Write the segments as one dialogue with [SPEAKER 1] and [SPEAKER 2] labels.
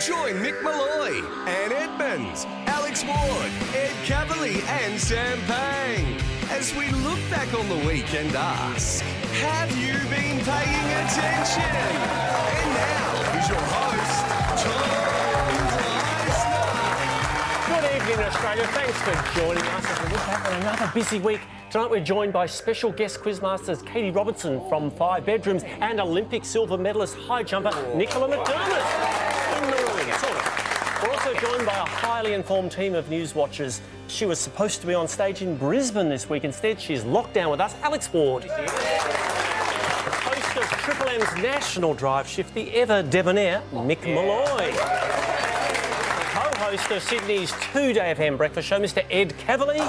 [SPEAKER 1] Join Mick Malloy, Ann Edmonds, Alex Ward, Ed Cavalier, and Sam Pang as we look back on the week and ask, have you been paying attention? And now is your host, Tom Reisner.
[SPEAKER 2] Good evening, Australia. Thanks for joining us as we look back on another busy week. Tonight we're joined by special guest quizmasters Katie Robertson from Five Bedrooms and Olympic silver medalist high jumper Nicola McDermott. In the room, sort of. We're also joined by a highly informed team of news watchers. She was supposed to be on stage in Brisbane this week. Instead, she's locked down with us, Alex Ward. Host of Triple M's national drive shift, the ever debonair Mick Malloy co-host of Sydney's two-day FM breakfast show, Mr. Ed Cavalier.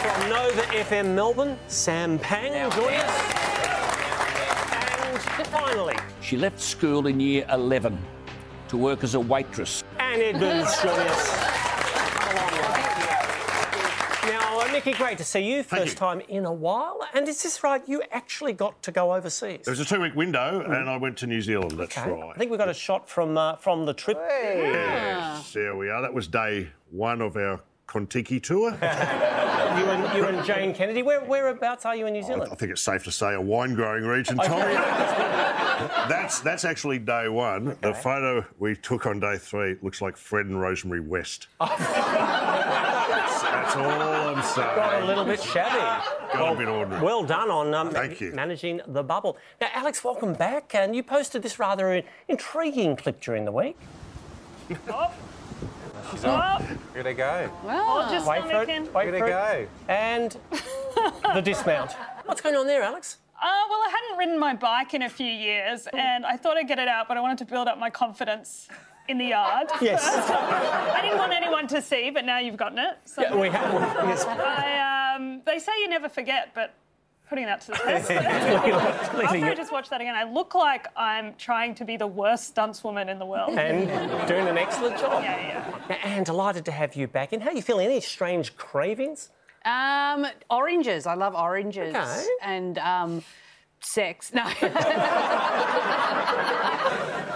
[SPEAKER 2] From Nova FM Melbourne, Sam Pang joining us. And finally,
[SPEAKER 3] She left school in year 11 to work as a waitress.
[SPEAKER 2] Anne Edmonds joining us. Now, uh, Nikki, great to see you. First
[SPEAKER 4] you.
[SPEAKER 2] time in a while. And is this right? You actually got to go overseas.
[SPEAKER 4] It was a two-week window, and I went to New Zealand. That's right.
[SPEAKER 2] Mm. I think we got a shot from uh, from the trip.
[SPEAKER 4] yes, there we are. That was day one of our Contiki tour. I
[SPEAKER 2] You and you and Jane Kennedy. Where, whereabouts are you in New Zealand?
[SPEAKER 4] think it's safe to say a wine-growing region, Tommy. that's that's actually day one. The photo we took on day three looks like Fred and Rosemary West. that's, that's all I'm saying.
[SPEAKER 2] Got a little bit shabby.
[SPEAKER 4] Got a bit ordinary.
[SPEAKER 2] Well done on um,
[SPEAKER 4] Thank you.
[SPEAKER 2] managing the bubble. Now, Alex, welcome back. And you posted this rather in- intriguing clip during the week.
[SPEAKER 5] Here they go.
[SPEAKER 6] Well, just
[SPEAKER 2] Wait for it. Wait
[SPEAKER 5] Here they
[SPEAKER 2] for it.
[SPEAKER 5] go.
[SPEAKER 2] And the dismount. What's going on there, Alex? Oh.
[SPEAKER 6] uh, well, I hadn't ridden my bike in a few years, and I thought I'd get it out, but I wanted to build up my confidence in the yard.
[SPEAKER 2] Yes.
[SPEAKER 6] I didn't want anyone to see, but now you've gotten it. So
[SPEAKER 2] Yeah, we have. Yes.
[SPEAKER 6] I, um, they say you never forget, but putting that to the test. After I just watched that again, I look like I'm trying to be the worst stunts woman in the world. Yeah,
[SPEAKER 2] And doing an excellent job.
[SPEAKER 6] yeah.
[SPEAKER 2] Now, Anne, delighted to have you back. And how are you feeling? Any strange cravings?
[SPEAKER 7] Um, oranges. I love oranges.
[SPEAKER 2] Okay.
[SPEAKER 7] And um, sex. No.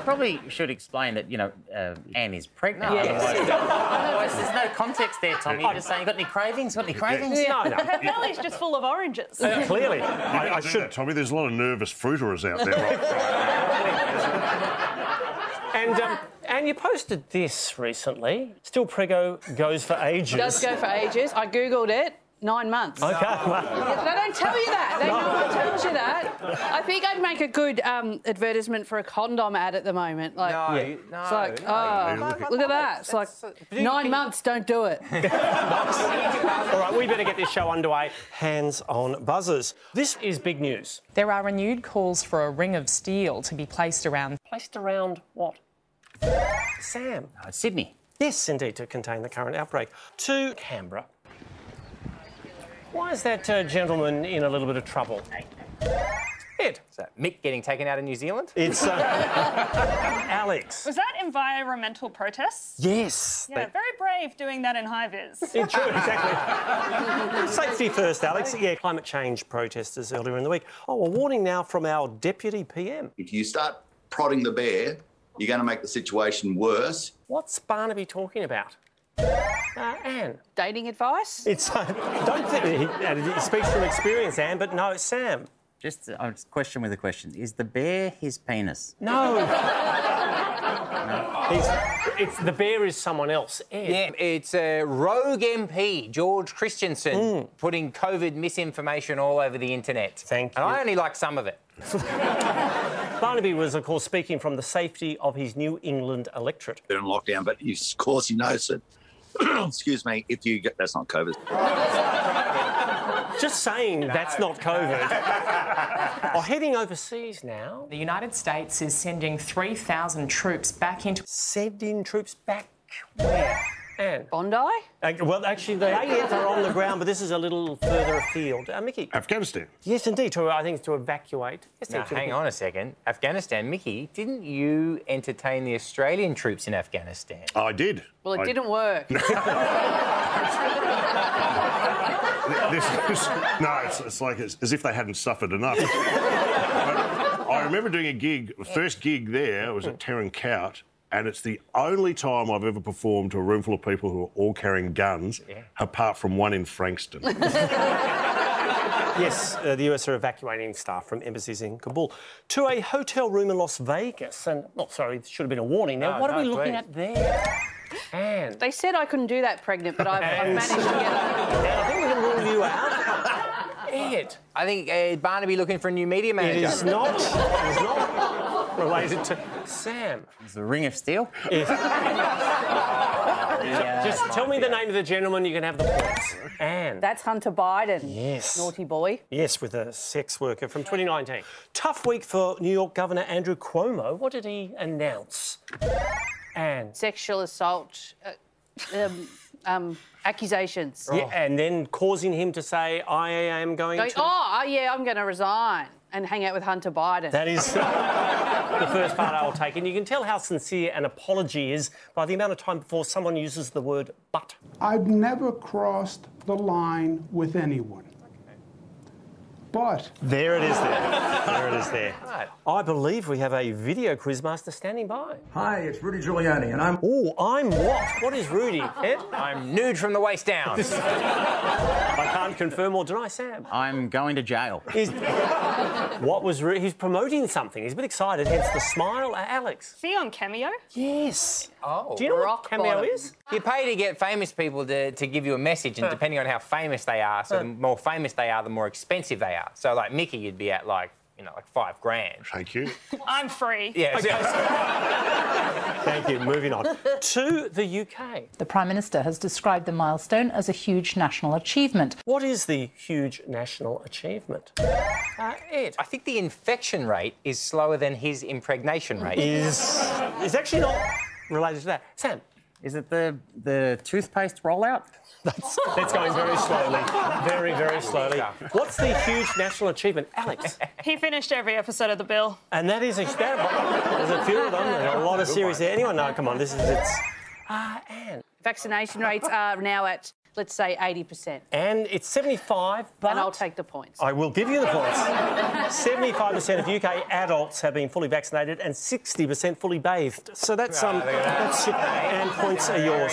[SPEAKER 8] probably should explain that you know uh, Anne is pregnant. Otherwise, otherwise there's no context there, Tommy. You're just saying, got any cravings? Got any cravings?
[SPEAKER 2] No, no.
[SPEAKER 6] Her belly's just full of oranges.
[SPEAKER 2] Uh, Clearly.
[SPEAKER 4] You gotta
[SPEAKER 2] I, I
[SPEAKER 4] do
[SPEAKER 2] should.
[SPEAKER 4] that, Tommy. There's a lot of nervous fruiterers out there. Right?
[SPEAKER 2] And, um, and you posted this recently. Still Prego goes for ages.
[SPEAKER 7] Does go for ages. I googled it. Nine months.
[SPEAKER 2] Okay. well,
[SPEAKER 7] They don't tell you that. They no one tells you that. I think I'd make a good um, advertisement for a condom ad at the moment. Like,
[SPEAKER 5] No,
[SPEAKER 2] Yeah.
[SPEAKER 5] no.
[SPEAKER 7] it's like, oh, look at that. It's like nine months. Don't do it.
[SPEAKER 2] All right, we better get this show underway. Hands on buzzers. This is big news.
[SPEAKER 9] There are renewed calls for a ring of steel to be placed around
[SPEAKER 2] Placed around what? Sam.
[SPEAKER 8] Uh, Sydney.
[SPEAKER 2] Yes, indeed, to contain the current outbreak. To Canberra. Why is that uh, gentleman in a little bit of trouble? Ed.
[SPEAKER 5] Is that Mick getting taken out of New Zealand?
[SPEAKER 2] It's uh, Alex.
[SPEAKER 6] Was that environmental protests?
[SPEAKER 2] Yes.
[SPEAKER 6] Yeah, very brave doing that in high vis.
[SPEAKER 2] Yeah, true, exactly. Safety first, Alex. Yeah, climate change protesters earlier in the week. Oh, a warning now from our deputy PM.
[SPEAKER 10] If you start prodding the bear, you're going to make the situation worse.
[SPEAKER 2] What's Barnaby talking about? Uh, Anne.
[SPEAKER 7] Dating advice.
[SPEAKER 2] It's uh, don't think he, and he speaks from experience, Anne, but no, Sam.
[SPEAKER 8] Just a uh, question with a question. Is the bear his penis?
[SPEAKER 2] No. He's, it's the bear is someone else. Ed.
[SPEAKER 5] Yeah, it's a rogue MP, George Christensen,
[SPEAKER 2] Hmm.
[SPEAKER 5] putting COVID misinformation all over the internet.
[SPEAKER 2] Thank
[SPEAKER 5] And
[SPEAKER 2] you.
[SPEAKER 5] I only like some of it.
[SPEAKER 2] Barnaby was, of course, speaking from the safety of his New England electorate.
[SPEAKER 10] They're in lockdown, but you- of course you notice it. Excuse me, if you get that's not COVID.
[SPEAKER 2] Just saying that's not COVID. Or heading overseas now,
[SPEAKER 9] the United States is sending 3,000 troops back into
[SPEAKER 2] sending troops back where? Anne.
[SPEAKER 7] Bondi.
[SPEAKER 2] Uh, Well, actually, the AEF are on the ground, but this is a little further afield. Uh, Mickey.
[SPEAKER 4] Afghanistan.
[SPEAKER 2] Yes, indeed. To, I think it's to evacuate. Yes,
[SPEAKER 5] Now,
[SPEAKER 2] indeed.
[SPEAKER 5] hang on a second. Afghanistan, Mickey, didn't you entertain the Australian troops in Afghanistan?
[SPEAKER 4] I did.
[SPEAKER 7] Well, it
[SPEAKER 4] I-
[SPEAKER 7] didn't work.
[SPEAKER 4] This is, no, it's, it's like it's, as if they hadn't suffered enough. But I remember doing a gig, the first gig there was at Terran Cout, and it's the only time I've ever performed to a room full of people who are all carrying guns, apart from one in Frankston.
[SPEAKER 2] Yes, uh, the US are evacuating staff from embassies in Kabul to a hotel room in Las Vegas. And, oh, sorry, it should have been a warning. Now,
[SPEAKER 5] Oh,
[SPEAKER 7] No,
[SPEAKER 2] what are
[SPEAKER 7] no,
[SPEAKER 2] we looking
[SPEAKER 7] please.
[SPEAKER 2] at there? Anne.
[SPEAKER 7] They said I couldn't do that pregnant, but I've, I've
[SPEAKER 2] And-
[SPEAKER 7] managed to get
[SPEAKER 2] I think we're going to rule you out.
[SPEAKER 5] Ed. I think uh, Barnaby looking for a new media manager.
[SPEAKER 2] It is not. It is not related to Sam.
[SPEAKER 8] It's the Ring of Steel.
[SPEAKER 2] Just tell me the name of the gentleman. You can have the points. Anne.
[SPEAKER 11] That's Hunter Biden. Yes. Naughty boy.
[SPEAKER 2] Yes, with a sex worker from 2019. Tough week for New York Governor Andrew Cuomo. What did he announce? Anne.
[SPEAKER 7] sexual assault uh, um, um, accusations.
[SPEAKER 2] Yeah, and then causing him to say, I am going
[SPEAKER 7] Going,
[SPEAKER 2] to.
[SPEAKER 7] oh, yeah, I'm going to resign and hang out with Hunter Biden.
[SPEAKER 2] That is the first part I will take. And you can tell how sincere an apology is by the amount of time before someone uses the word but.
[SPEAKER 12] I've never crossed the line with anyone. But
[SPEAKER 2] There it is there. there it is there. I believe we have a video quizmaster standing by.
[SPEAKER 13] Hi, it's Rudy Giuliani, and I'm.
[SPEAKER 2] Oh, I'm what? What is Rudy? Ed?
[SPEAKER 5] I'm nude from the waist down.
[SPEAKER 2] I can't confirm or deny, Sam.
[SPEAKER 8] I'm going to jail.
[SPEAKER 2] Is- what was Rudy? He's promoting something. He's a bit excited, hence the smile. Alex.
[SPEAKER 6] See on Cameo?
[SPEAKER 2] Yes.
[SPEAKER 5] Oh,
[SPEAKER 2] Do you know what rock Cameo bottom. is?
[SPEAKER 5] You pay to get famous people to, to give you a message, and
[SPEAKER 2] Huh.
[SPEAKER 5] depending on how famous they are, so the more famous they are, the more expensive they are. So, like Mickey, you'd be at like, you know, like five grand.
[SPEAKER 4] Thank you.
[SPEAKER 6] I'm free.
[SPEAKER 5] Yeah.
[SPEAKER 2] Thank you. Moving on to the UK.
[SPEAKER 14] The Prime Minister has described the milestone as a huge national achievement.
[SPEAKER 2] What is the huge national achievement? Uh, Ed.
[SPEAKER 5] I think the infection rate is slower than his impregnation rate.
[SPEAKER 2] Is it's actually not related to that. Sam.
[SPEAKER 8] Is it the the toothpaste rollout?
[SPEAKER 2] That's, that's going very slowly. Very, very slowly. What's the huge national achievement, Alex?
[SPEAKER 6] He finished every episode of The Bill.
[SPEAKER 2] And that is a there's a few of them. There's a lot of series there. Anyone? No, come on. This is it's Ah,
[SPEAKER 7] Vaccination rates are now at, let's say, 80%.
[SPEAKER 2] and it's 75. But
[SPEAKER 7] and I'll take the points.
[SPEAKER 2] I will give you the points. 75% of UK adults have been fully vaccinated and 60% fully bathed. So that's
[SPEAKER 5] Ah,
[SPEAKER 2] um, that's and points are yours.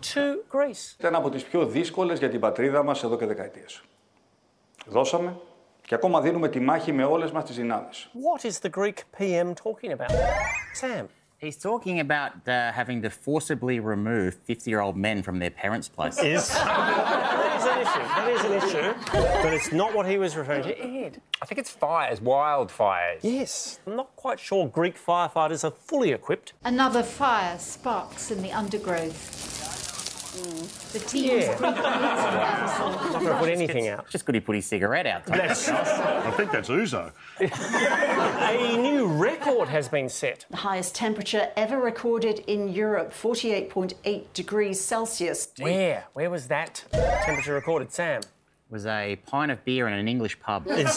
[SPEAKER 2] To Greece.
[SPEAKER 15] Ήταν από τις πιο δύσκολες για την πατρίδα μας εδώ και δεκαετίες. Δώσαμε και ακόμα δίνουμε τη μάχη με όλες μας τις δυνάμεις.
[SPEAKER 2] What is the Greek PM talking about? Sam.
[SPEAKER 8] He's talking about uh, having to forcibly remove 50 year old men from their parents' place.
[SPEAKER 2] Is that is an issue? That is an issue, but it's not what he was referring to. Ed.
[SPEAKER 5] I think it's fires, wildfires.
[SPEAKER 2] Yes, I'm not quite sure Greek firefighters are fully equipped.
[SPEAKER 16] Another fire sparks in the undergrowth. The team's
[SPEAKER 2] Yeah.
[SPEAKER 16] yeah.
[SPEAKER 2] Not going to put anything out.
[SPEAKER 8] Just could he put his cigarette out?
[SPEAKER 4] I think that's Uzo.
[SPEAKER 2] A new record has been set.
[SPEAKER 16] The highest temperature ever recorded in Europe, 48.8 degrees Celsius.
[SPEAKER 2] Where? Where was that temperature recorded, Sam?
[SPEAKER 8] Was a pint of beer in an English pub.
[SPEAKER 2] Yes.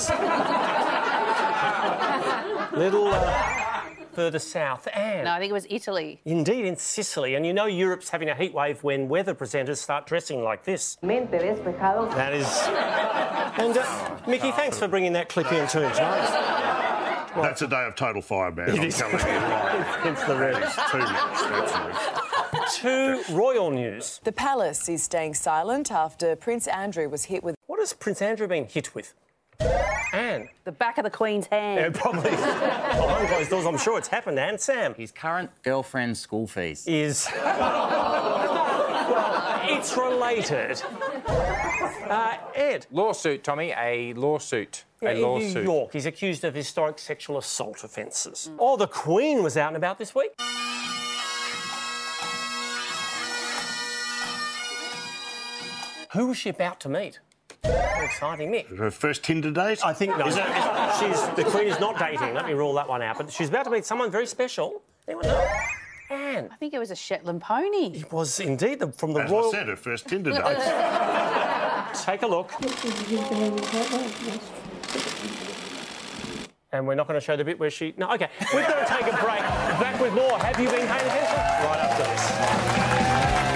[SPEAKER 2] Little uh, further south, and
[SPEAKER 7] No, I think it was Italy.
[SPEAKER 2] indeed in Sicily. And you know Europe's having a heat wave when weather presenters start dressing like this. That is. And uh, Mickey, thanks for bringing that clip in too.
[SPEAKER 4] That's a day of total fire ban. I'm
[SPEAKER 2] is.
[SPEAKER 4] telling you.
[SPEAKER 2] Hence the red.
[SPEAKER 4] Too much. That's it.
[SPEAKER 2] To royal news.
[SPEAKER 17] The palace is staying silent after Prince Andrew was hit with.
[SPEAKER 2] What has Prince Andrew been hit with? Anne.
[SPEAKER 11] The back of the Queen's hand.
[SPEAKER 2] Yeah, probably. Behind closed doors, I'm sure it's happened, Anne. Sam. His
[SPEAKER 8] current girlfriend's school fees.
[SPEAKER 2] Is. It's related. Uh, Ed.
[SPEAKER 5] Lawsuit, Tommy. A lawsuit.
[SPEAKER 2] Yeah,
[SPEAKER 5] a
[SPEAKER 2] in
[SPEAKER 5] lawsuit.
[SPEAKER 2] New York, he's accused of historic sexual assault offences. Oh, the Queen was out and about this week. Who was she about to meet? Very exciting, Nick.
[SPEAKER 4] Her first Tinder date?
[SPEAKER 2] I think no. she's the Queen is not dating. Let me rule that one out. But she's about to meet someone very special. Anyone know? Anne.
[SPEAKER 7] I think it was a Shetland pony.
[SPEAKER 2] It was indeed the, from the
[SPEAKER 4] As
[SPEAKER 2] royal.
[SPEAKER 4] I said, her first Tinder date.
[SPEAKER 2] Take a look. And we're not going to show the bit where she. No, okay. We're going to take a break. Back with more. Have you been paying attention? Right after this.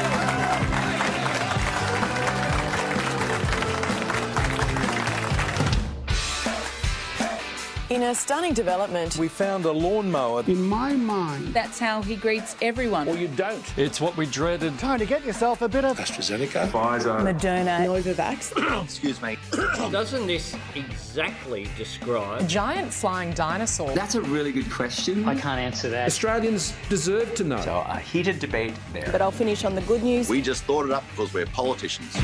[SPEAKER 17] In a stunning development,
[SPEAKER 18] we found a lawnmower.
[SPEAKER 12] In my mind,
[SPEAKER 17] that's how he greets everyone. Or
[SPEAKER 18] you don't. It's what we dreaded.
[SPEAKER 19] Trying to get yourself a bit of AstraZeneca,
[SPEAKER 18] Pfizer,
[SPEAKER 17] Moderna, Novavax.
[SPEAKER 10] Excuse me.
[SPEAKER 20] Doesn't this exactly describe
[SPEAKER 9] A giant flying dinosaur.
[SPEAKER 20] That's a really good question. I can't answer that.
[SPEAKER 18] Australians deserve to know.
[SPEAKER 20] So a heated debate there.
[SPEAKER 17] But I'll finish on the good news.
[SPEAKER 10] We just thought it up because we're politicians.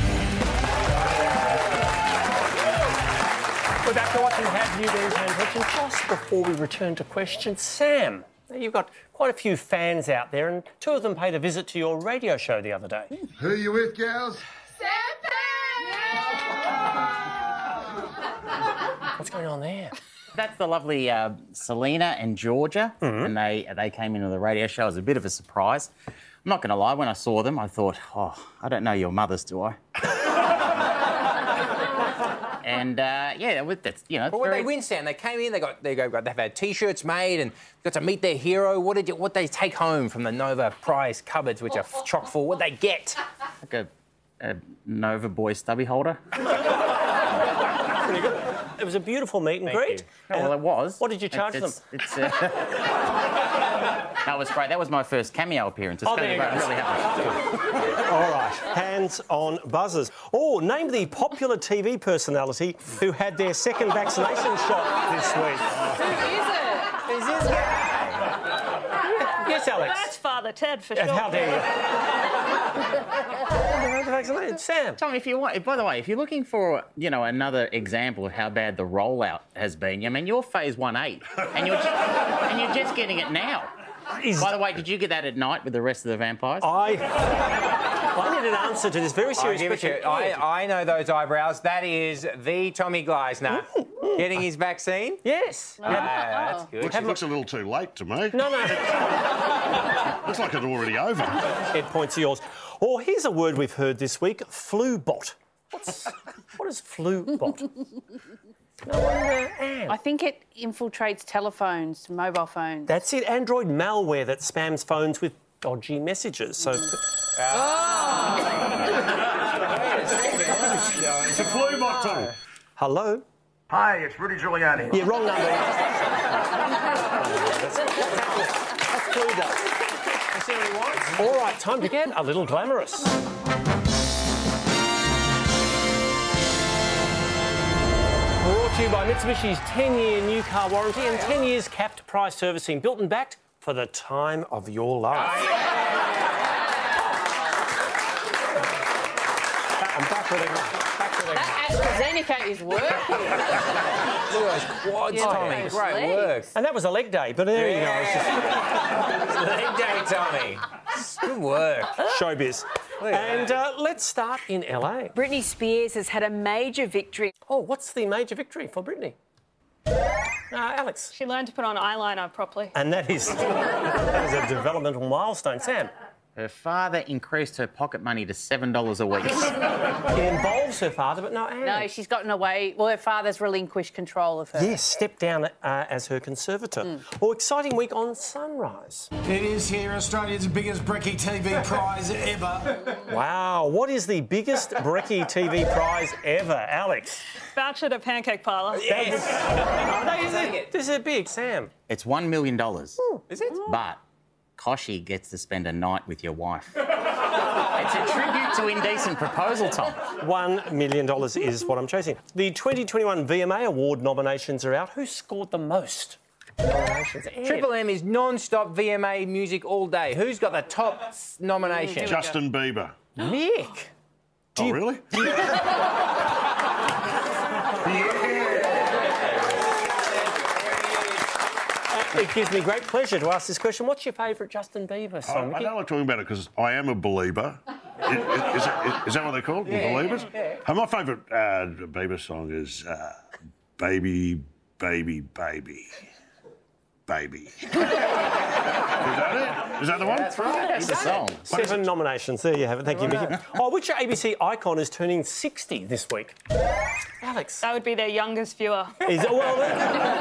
[SPEAKER 2] We're back to watching Have You Been Paying Attention? Just before we return to question, Sam, now you've got quite a few fans out there, and two of them paid a visit to your radio show the other day.
[SPEAKER 21] Who you with, gals?
[SPEAKER 2] What's going on there?
[SPEAKER 8] That's the lovely uh, Selena and Georgia,
[SPEAKER 2] Mm-hmm.
[SPEAKER 8] and they they came into the radio show as a bit of a surprise. I'm not going to lie, when I saw them, I thought, oh, I don't know your mothers, do I? and uh, yeah, with that's you know.
[SPEAKER 5] But what they win, Sam, they came in, they got they go, they've had T-shirts made and got to meet their hero. What did you, what they take home from the Nova prize cupboards, which are chock full? What they get?
[SPEAKER 8] Like a, a Nova Boy stubby holder.
[SPEAKER 2] Pretty good. It was a beautiful meet and
[SPEAKER 8] Thank
[SPEAKER 2] greet. Uh,
[SPEAKER 8] you. Oh, well, it was.
[SPEAKER 2] What did you charge
[SPEAKER 8] It's-
[SPEAKER 2] them?
[SPEAKER 8] It's, it's, uh, that was great. That was my first cameo appearance. It's
[SPEAKER 2] Oh,
[SPEAKER 8] gonna
[SPEAKER 2] there
[SPEAKER 8] be
[SPEAKER 2] you go.
[SPEAKER 8] great. I'm really happy.
[SPEAKER 2] All right, hands on buzzers. Oh, name the popular TV personality who had their second vaccination shot this week.
[SPEAKER 7] Who
[SPEAKER 5] is it? Who is it?
[SPEAKER 2] Yes, Alex.
[SPEAKER 6] That's Father Ted for sure.
[SPEAKER 2] And how dare you? Sam.
[SPEAKER 8] Tom, if you want, by the way, if you're looking for, you know, another example of how bad the rollout has been, I mean, you're phase one eight, and you're just, and you're just getting it now. By the way, did you get that at night with the rest of the vampires?
[SPEAKER 2] I. I need an answer to this very serious
[SPEAKER 5] I, give it to
[SPEAKER 2] question.
[SPEAKER 5] you. I, I know those eyebrows. That is the Tommy Gleisner getting his vaccine.
[SPEAKER 2] Yes.
[SPEAKER 5] Ah, that's good.
[SPEAKER 4] Looks, looks a little too late to me.
[SPEAKER 2] No, no.
[SPEAKER 4] looks like it's already over.
[SPEAKER 2] Ed, points are yours. Or here's a word we've heard this week: flu bot. What's what is flu bot?
[SPEAKER 7] I think it infiltrates telephones, mobile phones.
[SPEAKER 2] That's it. Android malware that spams phones with dodgy messages. So.
[SPEAKER 16] Oh!
[SPEAKER 4] It's a flu bot, Tom.
[SPEAKER 2] Hello.
[SPEAKER 13] Hi, it's Rudy Giuliani.
[SPEAKER 2] Yeah, wrong number. All right, time to get a little glamorous. Brought to you by Mitsubishi's 10 year new car warranty and 10 years capped price servicing, built and backed for the time of your life. I'm back with it. Back with it.
[SPEAKER 7] AstraZeneca is working.
[SPEAKER 5] Look at those quads,
[SPEAKER 7] Yeah,
[SPEAKER 5] Tommy.
[SPEAKER 7] those
[SPEAKER 5] Great
[SPEAKER 7] legs.
[SPEAKER 5] work.
[SPEAKER 2] And that was a leg day, but there
[SPEAKER 5] Leg day, Tommy. Good work.
[SPEAKER 2] you go. Showbiz. And uh, let's start in LA.
[SPEAKER 11] Britney Spears has had a major victory.
[SPEAKER 2] Oh, what's the major victory for Britney? Uh, Alex.
[SPEAKER 6] She learned to put on eyeliner properly.
[SPEAKER 2] And that is, that is a developmental milestone. Sam,
[SPEAKER 8] Her father increased her pocket money to seven dollars a week.
[SPEAKER 2] it involves her father, but no Anne.
[SPEAKER 7] no, she's gotten away. Well, her father's relinquished control of her.
[SPEAKER 2] Yes, stepped down uh, as her conservator.
[SPEAKER 5] Hmm.
[SPEAKER 2] Well, exciting week on Sunrise.
[SPEAKER 19] It is here, Australia's biggest brekkie TV prize ever.
[SPEAKER 2] Wow, what is the biggest Brekkie TV prize ever, Alex?
[SPEAKER 6] Voucher to Pancake Parlour.
[SPEAKER 2] Is it? This is a big, Sam.
[SPEAKER 8] It's one million dollars.
[SPEAKER 2] Is it?
[SPEAKER 8] But Koshi gets to spend a night with your wife. it's a tribute to indecent proposal, Tom.
[SPEAKER 2] One million dollars is what I'm chasing. The 2021 VMA award nominations are out. Who scored the most? Nominations. Ed.
[SPEAKER 5] Triple M is non-stop VMA music all day. Who's got the top s-
[SPEAKER 4] Mm,
[SPEAKER 5] nomination?
[SPEAKER 4] Justin Bieber.
[SPEAKER 2] Nick.
[SPEAKER 4] Oh, really?
[SPEAKER 2] It gives me great pleasure to ask this question. What's your favourite Justin Bieber
[SPEAKER 4] Oh, I,
[SPEAKER 2] song?
[SPEAKER 4] I
[SPEAKER 2] Mickey?
[SPEAKER 4] don't like talking about it because I am a believer. I- i- is, that- is that what they're called?
[SPEAKER 2] Yeah,
[SPEAKER 4] Believers?
[SPEAKER 2] yeah.
[SPEAKER 4] And my favourite uh, Bieber song is uh, Baby, Baby, Baby. Baby. is that it? Is that the one?
[SPEAKER 8] That's right. That's the song.
[SPEAKER 2] Seven nominations. There you have it. Thank you, Mickey. Oh, which ABC icon is turning 60 this week? Alex.
[SPEAKER 6] That would be their youngest viewer.
[SPEAKER 2] Is well, the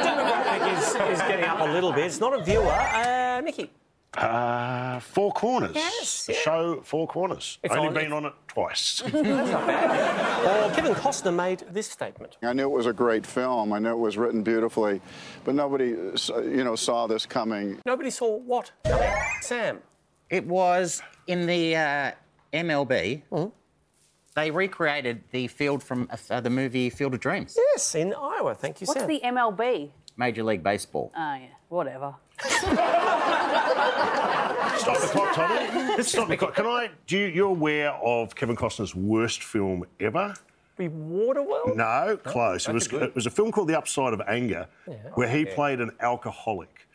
[SPEAKER 2] demographic is, is getting up a little bit. It's not a viewer. Uh, Mickey.
[SPEAKER 4] Uh, Four Corners.
[SPEAKER 1] Yes,
[SPEAKER 4] The
[SPEAKER 1] yeah.
[SPEAKER 4] show Four Corners.
[SPEAKER 2] It's
[SPEAKER 4] Only
[SPEAKER 2] on-
[SPEAKER 4] been on it twice.
[SPEAKER 2] Or Uh, Kevin Costner made this statement.
[SPEAKER 21] I knew it was a great film. I knew it was written beautifully, but nobody, uh, s- you know, saw this coming.
[SPEAKER 2] Nobody saw what? coming. Sam.
[SPEAKER 8] It was in the uh, MLB.
[SPEAKER 2] Mm-hmm.
[SPEAKER 8] They recreated the field from uh, the movie Field of Dreams,
[SPEAKER 2] Yes, in Iowa. Thank you,
[SPEAKER 11] What's
[SPEAKER 2] Sam.
[SPEAKER 11] the MLB?
[SPEAKER 8] Major League Baseball.
[SPEAKER 11] Oh, yeah, whatever.
[SPEAKER 4] Stop the clock, Tommy. Stop the clock. Can I? Do you, you're aware of Kevin Costner's worst film ever?
[SPEAKER 2] We Waterworld?
[SPEAKER 4] No, close. It was it was a film called The Upside of Anger,
[SPEAKER 2] Yeah.
[SPEAKER 4] where he
[SPEAKER 2] Yeah.
[SPEAKER 4] played an alcoholic.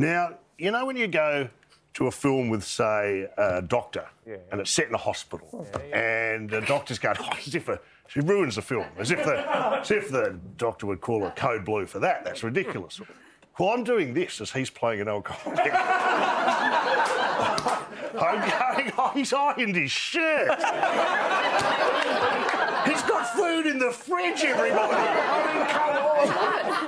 [SPEAKER 4] Now you know when you go to a film with, say, a doctor, and it's set in a hospital, and the doctor's going, oh, as if a, she ruins the film, as if the as if the doctor would call it code blue for that. That's ridiculous. Well, I'm doing this as he's playing an alcoholic. I'm going, oh, he's ironed his shirt. He's got food in the fridge, everybody. I mean,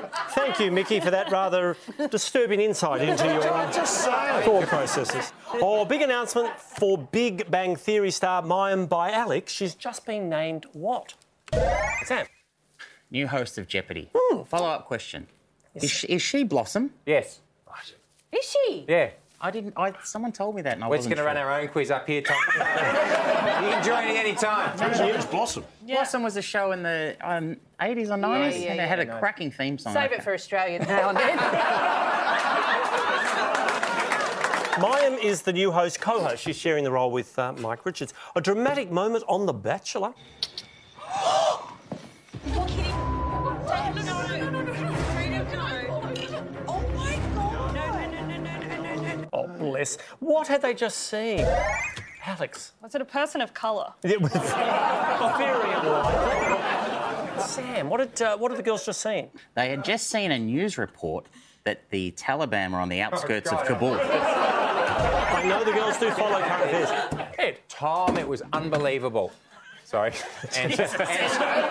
[SPEAKER 4] come on.
[SPEAKER 2] Thank you, Mickey, for that rather disturbing insight into your
[SPEAKER 4] Just saying.
[SPEAKER 2] thought processes. Oh, big announcement for Big Bang Theory star Mayim by Alex. She's just been named what? Sam.
[SPEAKER 8] New host of Jeopardy.
[SPEAKER 11] Hmm.
[SPEAKER 8] Follow up question: is, she, is she Blossom?
[SPEAKER 5] Yes.
[SPEAKER 11] Is she?
[SPEAKER 5] Yeah.
[SPEAKER 8] I didn't. I someone told me that, and I
[SPEAKER 5] We're just
[SPEAKER 8] wasn't
[SPEAKER 5] going to run
[SPEAKER 8] sure.
[SPEAKER 5] our own quiz up here, Tom. you can join at any time.
[SPEAKER 4] It's Blossom.
[SPEAKER 8] Blossom was a show in the um, 80s or 90s,
[SPEAKER 11] yeah,
[SPEAKER 8] and it had
[SPEAKER 11] yeah.
[SPEAKER 8] a cracking theme song.
[SPEAKER 11] Save it for Australians now and then.
[SPEAKER 2] Mayim is the new host co host. She's sharing the role with uh, Mike Richards. A dramatic moment on The Bachelor. Oh, bless. What had they just seen? Alex.
[SPEAKER 6] Was it a person of colour?
[SPEAKER 2] Yeah, well, Very unlikely. Sam, what did, uh, what did the girls just seen?
[SPEAKER 8] They had just seen a news report that the Taliban were on the outskirts
[SPEAKER 2] Oh,
[SPEAKER 8] of Kabul.
[SPEAKER 2] I know the girls do follow current affairs.
[SPEAKER 5] Ed. Tom, it was unbelievable. Sorry. And-
[SPEAKER 8] Congratulations,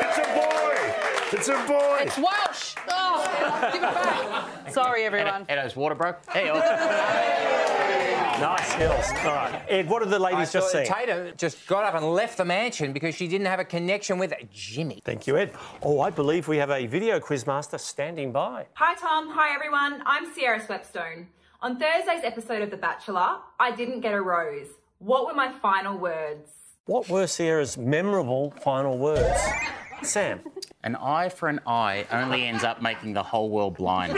[SPEAKER 4] It's a boy. It's a boy.
[SPEAKER 7] It's Welsh. Oh, give it back. Sorry, everyone.
[SPEAKER 8] Edo's water broke. Hey,
[SPEAKER 2] Nice girls. All right. Ed, what have the
[SPEAKER 5] I
[SPEAKER 2] ladies just
[SPEAKER 5] saw
[SPEAKER 2] seen?
[SPEAKER 5] Tatum just got up and left the mansion because she didn't have a connection with Jimmy.
[SPEAKER 2] Thank you, Ed. Oh, I believe we have a video quizmaster standing by.
[SPEAKER 22] Hi, Tom. Hi, everyone. I'm Sierra Swepstone. On Thursday's episode of The Bachelor, I didn't get a rose. What were my final words?
[SPEAKER 2] What were Sierra's memorable final words? Sam.
[SPEAKER 8] An eye for an eye only ends up making the whole world blind.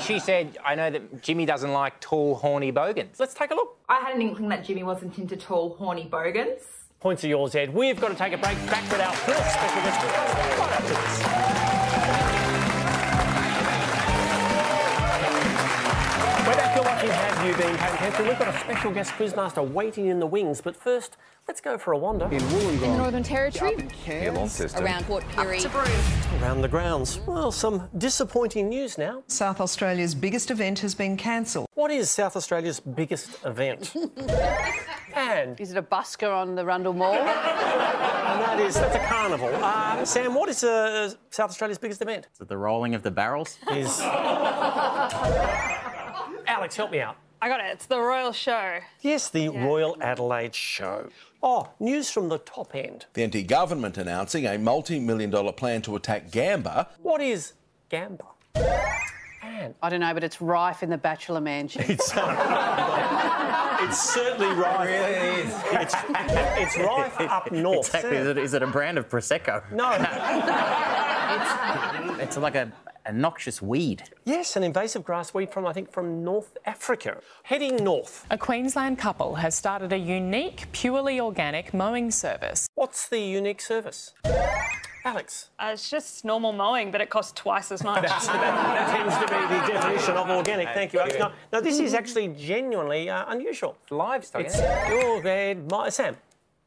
[SPEAKER 5] She said, I know that Jimmy doesn't like tall, horny bogans.
[SPEAKER 2] Let's take a look.
[SPEAKER 22] I had an inkling that Jimmy wasn't into tall, horny bogans.
[SPEAKER 2] Points are yours, Ed. We've got to take a break. Back with our fourth special guest. Right after this. We're back to watching Have You Been Paying Attention? We've got a special guest quizmaster waiting in the wings, but first, let's go for a wander. In
[SPEAKER 23] In Northern Territory, around
[SPEAKER 2] Around.
[SPEAKER 23] Port Pirie.
[SPEAKER 2] Around the grounds. Well, some disappointing news now.
[SPEAKER 24] South Australia's biggest event has been cancelled.
[SPEAKER 2] What is South Australia's biggest event? and
[SPEAKER 7] Is it a busker on the Rundle Mall?
[SPEAKER 2] And that is, that's a carnival. Uh, Sam, what is uh, South Australia's biggest event?
[SPEAKER 8] Is it the rolling of the barrels?
[SPEAKER 2] Is Alex, help me out.
[SPEAKER 6] I got it. It's the Royal Show.
[SPEAKER 2] Yes, the Royal Adelaide Show. Oh, news from the top end.
[SPEAKER 25] The NT government announcing a multi million dollar plan to attack Gamba.
[SPEAKER 2] What is Gamba?
[SPEAKER 7] I don't know, but it's rife in the Bachelor Mansion.
[SPEAKER 2] It's, it's certainly rife. It really is. It's, it's rife up north.
[SPEAKER 8] Exactly. Is it, is it a brand of prosecco? it's, it's like a, a noxious weed.
[SPEAKER 2] Yes, an invasive grass weed from, I think, from North Africa. Heading north.
[SPEAKER 9] A Queensland couple has started a unique, purely organic mowing service.
[SPEAKER 2] What's the unique service? Alex.
[SPEAKER 6] Uh, it's just normal mowing, but it costs twice as much.
[SPEAKER 2] That tends to be the definition of organic. Thank you, Alex. No, no, this is actually genuinely uh, unusual.
[SPEAKER 5] Livestock.
[SPEAKER 2] It's your bad, my Sam.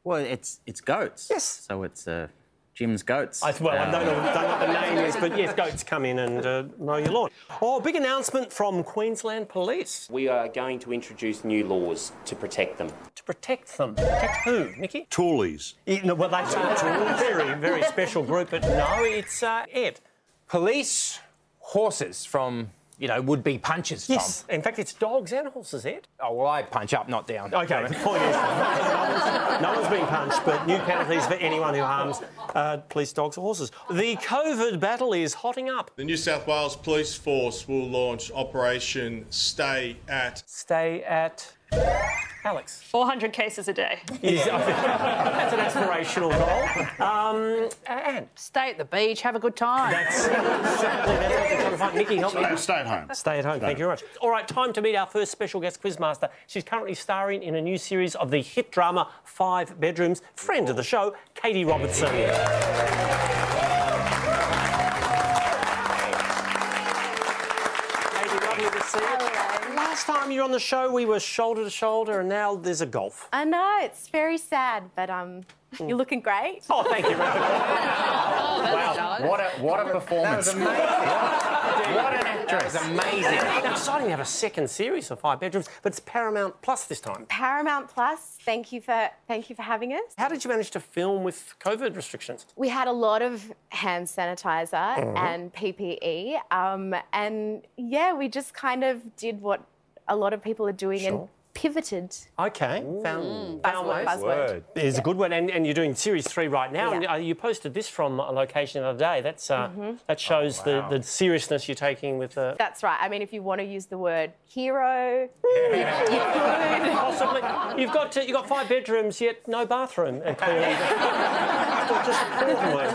[SPEAKER 8] Well, it's it's goats. Yes. So it's uh, Jim's goats.
[SPEAKER 2] I, well, I
[SPEAKER 8] Uh,
[SPEAKER 2] don't know, don't know what the name is, but yes, goats come in and uh, mow your lawn. Oh, big announcement from Queensland Police
[SPEAKER 3] We are going to introduce new laws to protect them.
[SPEAKER 2] to protect them. Protect who, Nikki?
[SPEAKER 4] Toolies.
[SPEAKER 2] Yeah, No, well, that's a very, very special group, but no, it's uh, Ed.
[SPEAKER 5] Police horses from, you know, would be punches
[SPEAKER 2] Yes. In fact, it's dogs and horses, Ed.
[SPEAKER 5] from. Oh, well, I punch up, not down.
[SPEAKER 2] Okay, the point is, no one's being punched, but new penalties for anyone who harms uh, police dogs or horses. The COVID battle is hotting up.
[SPEAKER 12] The New South Wales Police Force will launch Operation Stay At.
[SPEAKER 2] Stay at. Alex.
[SPEAKER 6] 400 cases a day.
[SPEAKER 2] Is, that's an aspirational goal. Um, and
[SPEAKER 7] stay at the beach, have a good time.
[SPEAKER 2] Nikki, help me.
[SPEAKER 4] Stay at home.
[SPEAKER 2] Stay at home. Thank you very much. All right, time to meet our first special guest quizmaster. She's currently starring in a new series of the hit drama Five Bedrooms. Friend of the show, Katie Robertson. Katie, lovely to see you. Last time you were on the show, we were shoulder to shoulder, and now there's a golf.
[SPEAKER 14] I know it's very sad, but um, you're looking great.
[SPEAKER 2] Oh, thank you. Rachel.
[SPEAKER 8] Wow, what a what a performance!
[SPEAKER 2] What
[SPEAKER 8] an actress.
[SPEAKER 2] That was amazing. Now, exciting to have a second series of Five Bedrooms, but it's Paramount Plus this time.
[SPEAKER 14] Paramount Plus, thank you for thank you for having us.
[SPEAKER 2] How did you manage to film with COVID restrictions?
[SPEAKER 14] We had a lot of hand sanitizer
[SPEAKER 2] Mhm.
[SPEAKER 14] and PPE, um, and yeah, we just kind of did what a lot of people are doing and
[SPEAKER 2] Sure.
[SPEAKER 14] pivoted.
[SPEAKER 2] Okay, found, found
[SPEAKER 14] Buzzword,
[SPEAKER 2] ways.
[SPEAKER 14] buzzword.
[SPEAKER 2] It's a good one, and, and you're doing series three right now. And
[SPEAKER 14] Yeah.
[SPEAKER 2] uh, you posted this from a location the other day. That's uh,
[SPEAKER 14] Mhm.
[SPEAKER 2] that shows
[SPEAKER 5] Oh,
[SPEAKER 2] the, the seriousness you're taking with the.
[SPEAKER 14] That's right. I mean, if you want to use the word hero,
[SPEAKER 2] Possibly, you've got to, you've got five bedrooms yet no bathroom. And clearly,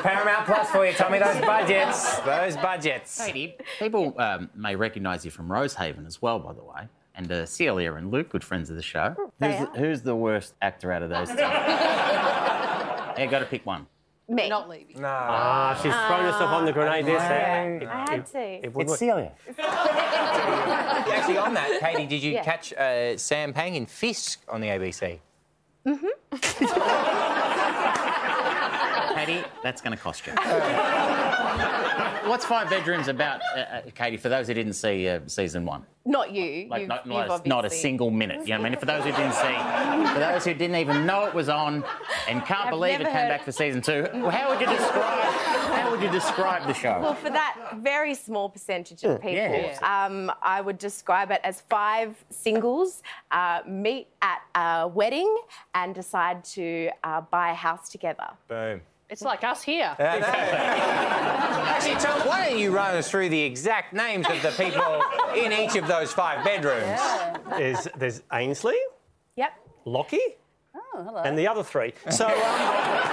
[SPEAKER 5] Paramount Plus for you, Tommy. Those budgets. Those budgets.
[SPEAKER 8] Katie, People um, may recognise you from Rosehaven as well, by the way. And uh, Celia and Luke, good friends of the show.
[SPEAKER 14] Oh,
[SPEAKER 8] Who's the, who's the worst actor out of those two? you got to pick one.
[SPEAKER 14] me.
[SPEAKER 7] Not leaving.
[SPEAKER 2] No. Ah, she's thrown herself on the grenade
[SPEAKER 8] eh?
[SPEAKER 2] there. Sam.
[SPEAKER 14] Oh, I had to.
[SPEAKER 2] would work.
[SPEAKER 5] Actually, on that, Katie, did you
[SPEAKER 14] Yeah.
[SPEAKER 5] catch uh, Sam Pang in Fisk on the ABC?
[SPEAKER 8] Katie, that's going to cost you. What's Five Bedrooms about, uh, uh, Katie, for those who didn't see uh, season one?
[SPEAKER 14] Not you.
[SPEAKER 8] Like,
[SPEAKER 14] You've-
[SPEAKER 8] not,
[SPEAKER 14] you've
[SPEAKER 8] not, a, not a
[SPEAKER 14] obviously-
[SPEAKER 8] single minute. You know what I mean? For those who didn't see, for those who didn't even know it was on and can't
[SPEAKER 14] I've
[SPEAKER 8] believe it
[SPEAKER 14] never
[SPEAKER 8] came
[SPEAKER 14] heard-
[SPEAKER 8] back for season two, well, how would you describe, how would you describe the show?
[SPEAKER 14] Well, for that very small percentage
[SPEAKER 8] Yeah.
[SPEAKER 14] of people, um, I would describe it as five singles uh, meet at a wedding and decide to uh, buy a house together.
[SPEAKER 5] Boom.
[SPEAKER 7] It's like us here.
[SPEAKER 5] Uh, Actually, Tom, why don't you run us through the exact names of the people in each of those five bedrooms?
[SPEAKER 2] There's there's Ainsley,
[SPEAKER 14] Yep.
[SPEAKER 2] Lockie,
[SPEAKER 7] Oh, hello.
[SPEAKER 2] and the other three. So. Um,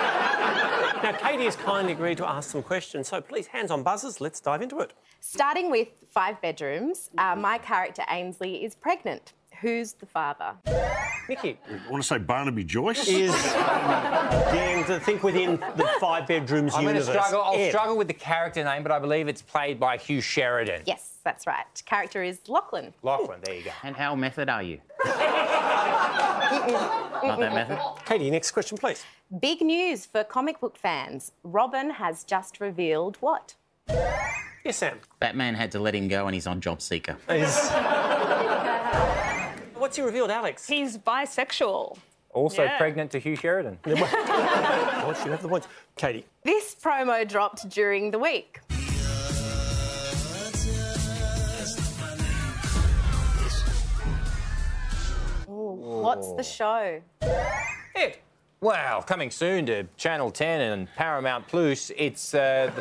[SPEAKER 2] Now, Katie has kindly agreed to ask some questions, so please, hands on buzzers, let's dive into it.
[SPEAKER 14] Starting with five bedrooms, uh, my character Ainsley is pregnant. Who's the father?
[SPEAKER 2] Nikki.
[SPEAKER 4] I want to say Barnaby Joyce.
[SPEAKER 2] Is again to think within the five bedrooms
[SPEAKER 5] I'm going to
[SPEAKER 2] universe.
[SPEAKER 5] struggle. I'll
[SPEAKER 2] Ed.
[SPEAKER 5] struggle with the character name, but I believe it's played by Hugh Sheridan.
[SPEAKER 14] Yes, that's right. Character is Lachlan.
[SPEAKER 5] Lachlan, there you go.
[SPEAKER 8] And how method are you? Not that method.
[SPEAKER 2] Katie, next question, please.
[SPEAKER 14] Big news for comic book fans. Robin has just revealed what?
[SPEAKER 2] Yes, Sam.
[SPEAKER 8] Batman had to let him go and he's on Job Seeker.
[SPEAKER 2] What's he revealed, Alex?
[SPEAKER 6] He's bisexual.
[SPEAKER 5] Also
[SPEAKER 14] Yeah.
[SPEAKER 5] pregnant to Hugh Sheridan.
[SPEAKER 2] Oh, she left the points. Katie.
[SPEAKER 14] This promo dropped during the week. Ooh, What's
[SPEAKER 5] Oh.
[SPEAKER 14] the show?
[SPEAKER 5] Ed. Well, coming soon to Channel 10 and Paramount Plus, it's uh,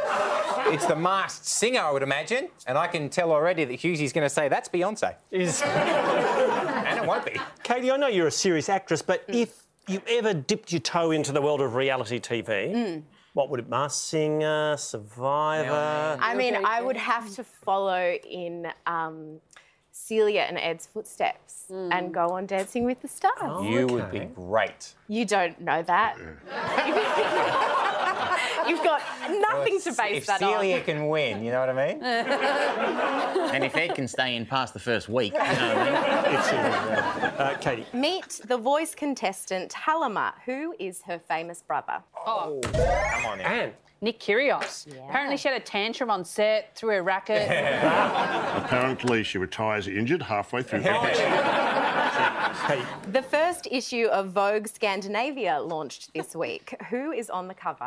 [SPEAKER 5] it's the Masked Singer, I would imagine, and I can tell already that Hughesy's going to say that's Beyonce,
[SPEAKER 2] Is
[SPEAKER 5] and it won't be.
[SPEAKER 2] Katie, I know you're a serious actress, but
[SPEAKER 8] Mm.
[SPEAKER 2] if you ever dipped your toe into the world of reality TV,
[SPEAKER 8] Mm.
[SPEAKER 2] what would it Mask Singer, Survivor?
[SPEAKER 14] I mean, I would have to follow in um, Celia and Ed's footsteps and go on Dancing with the Stars.
[SPEAKER 5] Oh,
[SPEAKER 2] Oh,
[SPEAKER 5] You would be great.
[SPEAKER 14] You don't know that. You've got nothing to base
[SPEAKER 5] if
[SPEAKER 14] that
[SPEAKER 5] Celia
[SPEAKER 14] on.
[SPEAKER 5] can win, you know what I mean?
[SPEAKER 8] and if Ed can stay in past the first week, no,
[SPEAKER 2] Uh, Katie.
[SPEAKER 14] Meet the voice contestant Halima, who is her famous brother.
[SPEAKER 7] Oh.
[SPEAKER 5] Come on,
[SPEAKER 2] Anne.
[SPEAKER 7] Nick Kyrgios. Apparently, she had a tantrum on set, threw her racket.
[SPEAKER 4] Apparently, she retires injured halfway through.
[SPEAKER 14] The first issue of Vogue Scandinavia launched this week. Who is on the cover?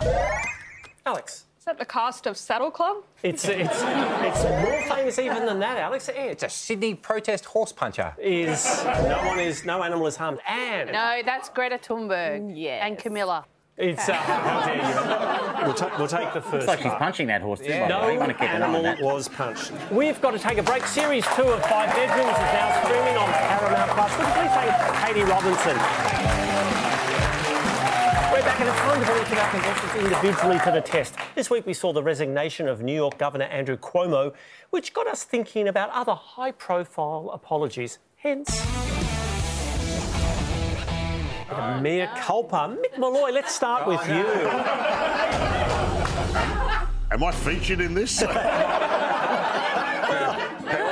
[SPEAKER 2] Alex.
[SPEAKER 6] Is that the cast of Saddle Club?
[SPEAKER 2] It's it's it's more famous even than that, Alex. It's a
[SPEAKER 5] Sydney protest horse puncher.
[SPEAKER 2] Is no one is no animal is harmed. Anne.
[SPEAKER 7] No, that's Greta Thunberg and Camilla.
[SPEAKER 2] It's uh, how dare you? We'll, ta- we'll take the first.
[SPEAKER 8] Looks like he's
[SPEAKER 2] part.
[SPEAKER 8] punching that horse too.
[SPEAKER 2] Yeah.
[SPEAKER 8] By the way. You
[SPEAKER 2] No
[SPEAKER 8] want to keep an eye on
[SPEAKER 2] animal
[SPEAKER 8] that.
[SPEAKER 2] was punched. We've got to take a break. Series two of Five Bedrooms is now streaming on Paramount Plus. Would you please thank Katie Robinson? We're back and it's time to bring our contestants individually to the test. This week we saw the resignation of New York Governor Andrew Cuomo, which got us thinking about other high-profile apologies. Hence. Mea culpa. Mick Malloy, let's start with you.
[SPEAKER 4] Am I featured in this? how,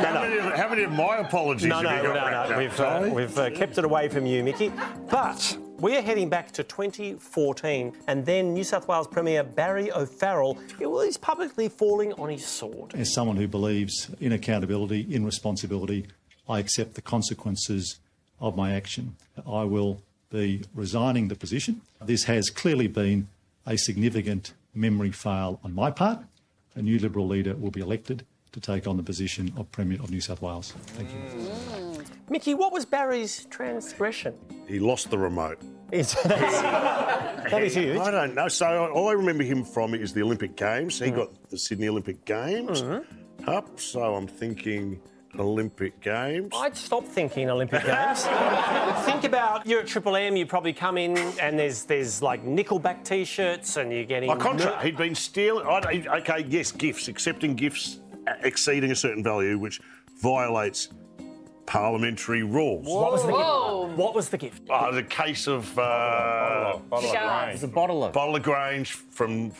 [SPEAKER 4] many of, how many of my apologies
[SPEAKER 2] No,
[SPEAKER 4] have
[SPEAKER 2] no,
[SPEAKER 4] you got
[SPEAKER 2] no,
[SPEAKER 4] wrapped
[SPEAKER 2] no.
[SPEAKER 4] up,
[SPEAKER 2] We've, uh,
[SPEAKER 4] Tony?
[SPEAKER 2] we've uh, kept it away from you, Mickey. But we're heading back to 2014, and then New South Wales Premier Barry O'Farrell is publicly falling on his sword.
[SPEAKER 15] As someone who believes in accountability, in responsibility, I accept the consequences of my action. I will be resigning the position. This has clearly been a significant memory fail on my part. A new Liberal leader will be elected to take on the position of Premier of New South Wales. Thank you.
[SPEAKER 2] Mickey, what was Barry's transgression?
[SPEAKER 4] He lost the remote.
[SPEAKER 2] Is that, that is huge.
[SPEAKER 4] I don't know. So all I remember him from is the Olympic Games. He got the Sydney Olympic Games
[SPEAKER 2] Uh-huh.
[SPEAKER 4] up. So I'm thinking Olympic Games.
[SPEAKER 2] I'd stop thinking Olympic Games. Think about you're at Triple M. You probably come in and there's there's like Nickelback T-shirts, and you're getting
[SPEAKER 4] My contract. He'd been stealing. I'd, okay, yes, gifts. Accepting gifts exceeding a certain value, which violates parliamentary rules.
[SPEAKER 2] What was the gift? What was the gift?
[SPEAKER 4] Oh, it was a case of. Uh,
[SPEAKER 5] bottle of Shards. Grange.
[SPEAKER 8] It's a bottle of.
[SPEAKER 4] Bottle of Grange from.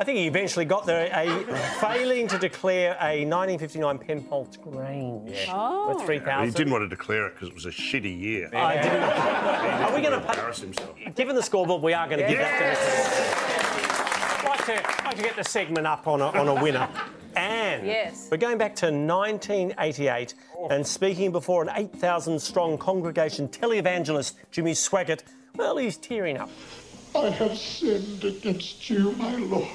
[SPEAKER 2] I think he eventually got there. A failing to declare a 1959 Penfolds Grange
[SPEAKER 4] Oh.
[SPEAKER 2] with 3,000.
[SPEAKER 4] He didn't want to declare it because it was a shitty year.
[SPEAKER 2] I didn't. Are we going to
[SPEAKER 4] embarrass himself?
[SPEAKER 2] Given the scoreboard, we are going to give that to Mr. Like to, like to get the segment up on a, on a winner. Anne.
[SPEAKER 7] Yes.
[SPEAKER 2] We're going back to 1988 and speaking before an 8,000 strong congregation televangelist, Jimmy Swaggart. Well, he's tearing up.
[SPEAKER 16] I have sinned against you, my Lord,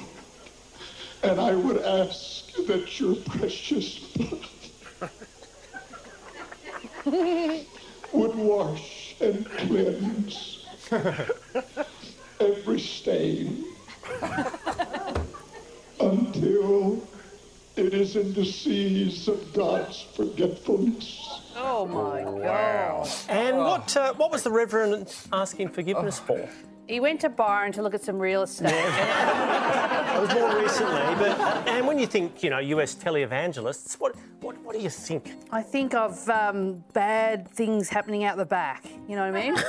[SPEAKER 16] and I would ask that your precious blood would wash and cleanse every stain until it is in the seas of God's forgetfulness.
[SPEAKER 7] Oh my
[SPEAKER 4] Wow.
[SPEAKER 2] And what uh, what was the Reverend asking forgiveness for?
[SPEAKER 7] He went to Byron to look at some real estate.
[SPEAKER 2] It was more recently, but and when you think, you know, US televangelists, what what, what do you think?
[SPEAKER 7] I think of um, bad things happening out the back. You know what I mean?
[SPEAKER 5] You